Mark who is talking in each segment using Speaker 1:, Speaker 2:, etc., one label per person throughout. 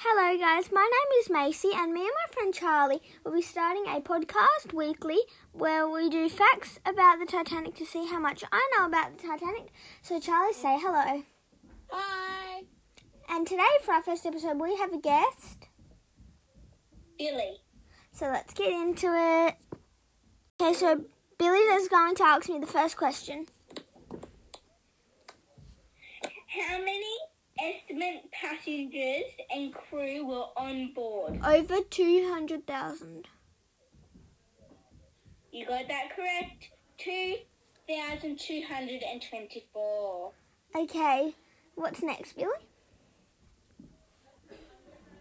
Speaker 1: Hello, guys. My name is Macy, and me and my friend Charlie will be starting a podcast weekly where we do facts about the Titanic to see how much I know about the Titanic. So, Charlie, say hello.
Speaker 2: Hi,
Speaker 1: And today, for our first episode, we have a guest.
Speaker 2: Billy.
Speaker 1: So, let's get into it. Okay, so Billy is going to ask me the first question.
Speaker 2: How many estimate passengers and crew were on board?
Speaker 1: Over 200,000.
Speaker 2: You got that correct. 2,224.
Speaker 1: Okay, what's next, Billy?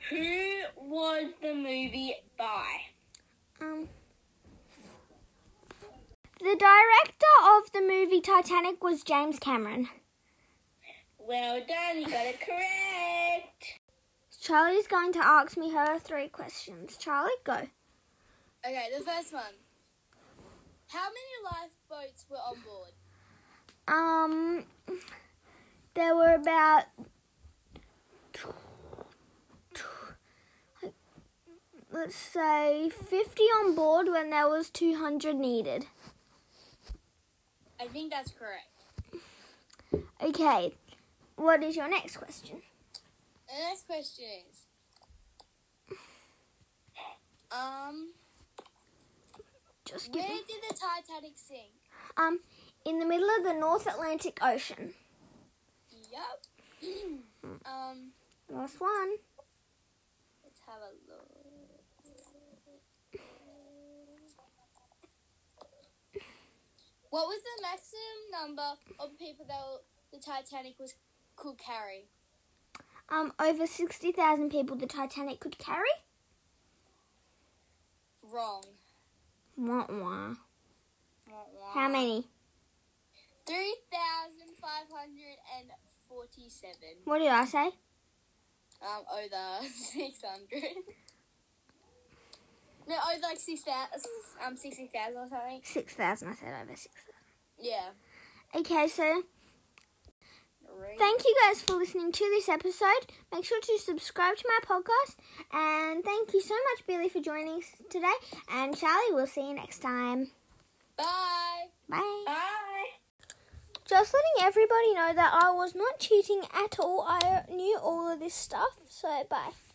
Speaker 2: Who was the movie by?
Speaker 1: Um, the director of the movie Titanic was James Cameron.
Speaker 2: Well done, you got it correct.
Speaker 1: Charlie's going to ask me her three questions. Charlie, go.
Speaker 3: Okay, the first one. How many lifeboats were on board?
Speaker 1: Um, there were about tw- tw- like, let's say 50 on board when there was 200 needed.
Speaker 3: I think that's correct.
Speaker 1: Okay, what is your next question?
Speaker 3: The next question is, um,
Speaker 1: Just give
Speaker 3: where
Speaker 1: me.
Speaker 3: did the Titanic sink?
Speaker 1: Um, in the middle of the North Atlantic Ocean.
Speaker 3: Yup. um,
Speaker 1: Last one.
Speaker 3: let's have a look. What was the maximum number of people that were- the Titanic was could carry?
Speaker 1: Um, over 60,000 people the Titanic could carry.
Speaker 3: Wrong.
Speaker 1: Wah, wah. How many?
Speaker 3: 3,547.
Speaker 1: What did I say?
Speaker 3: Um, over 600. No, over like 6,000, um, 60,000 or something.
Speaker 1: 6,000. I said over 6,000.
Speaker 3: Yeah.
Speaker 1: Okay, so thank you guys for listening to this episode. Make sure to subscribe to my podcast. And thank you so much, Billy, for joining us today. And Charlie, we'll see you next time.
Speaker 3: Bye.
Speaker 1: Bye.
Speaker 2: Bye.
Speaker 1: Just letting everybody know that I was not cheating at all. I knew all of this stuff. So, bye.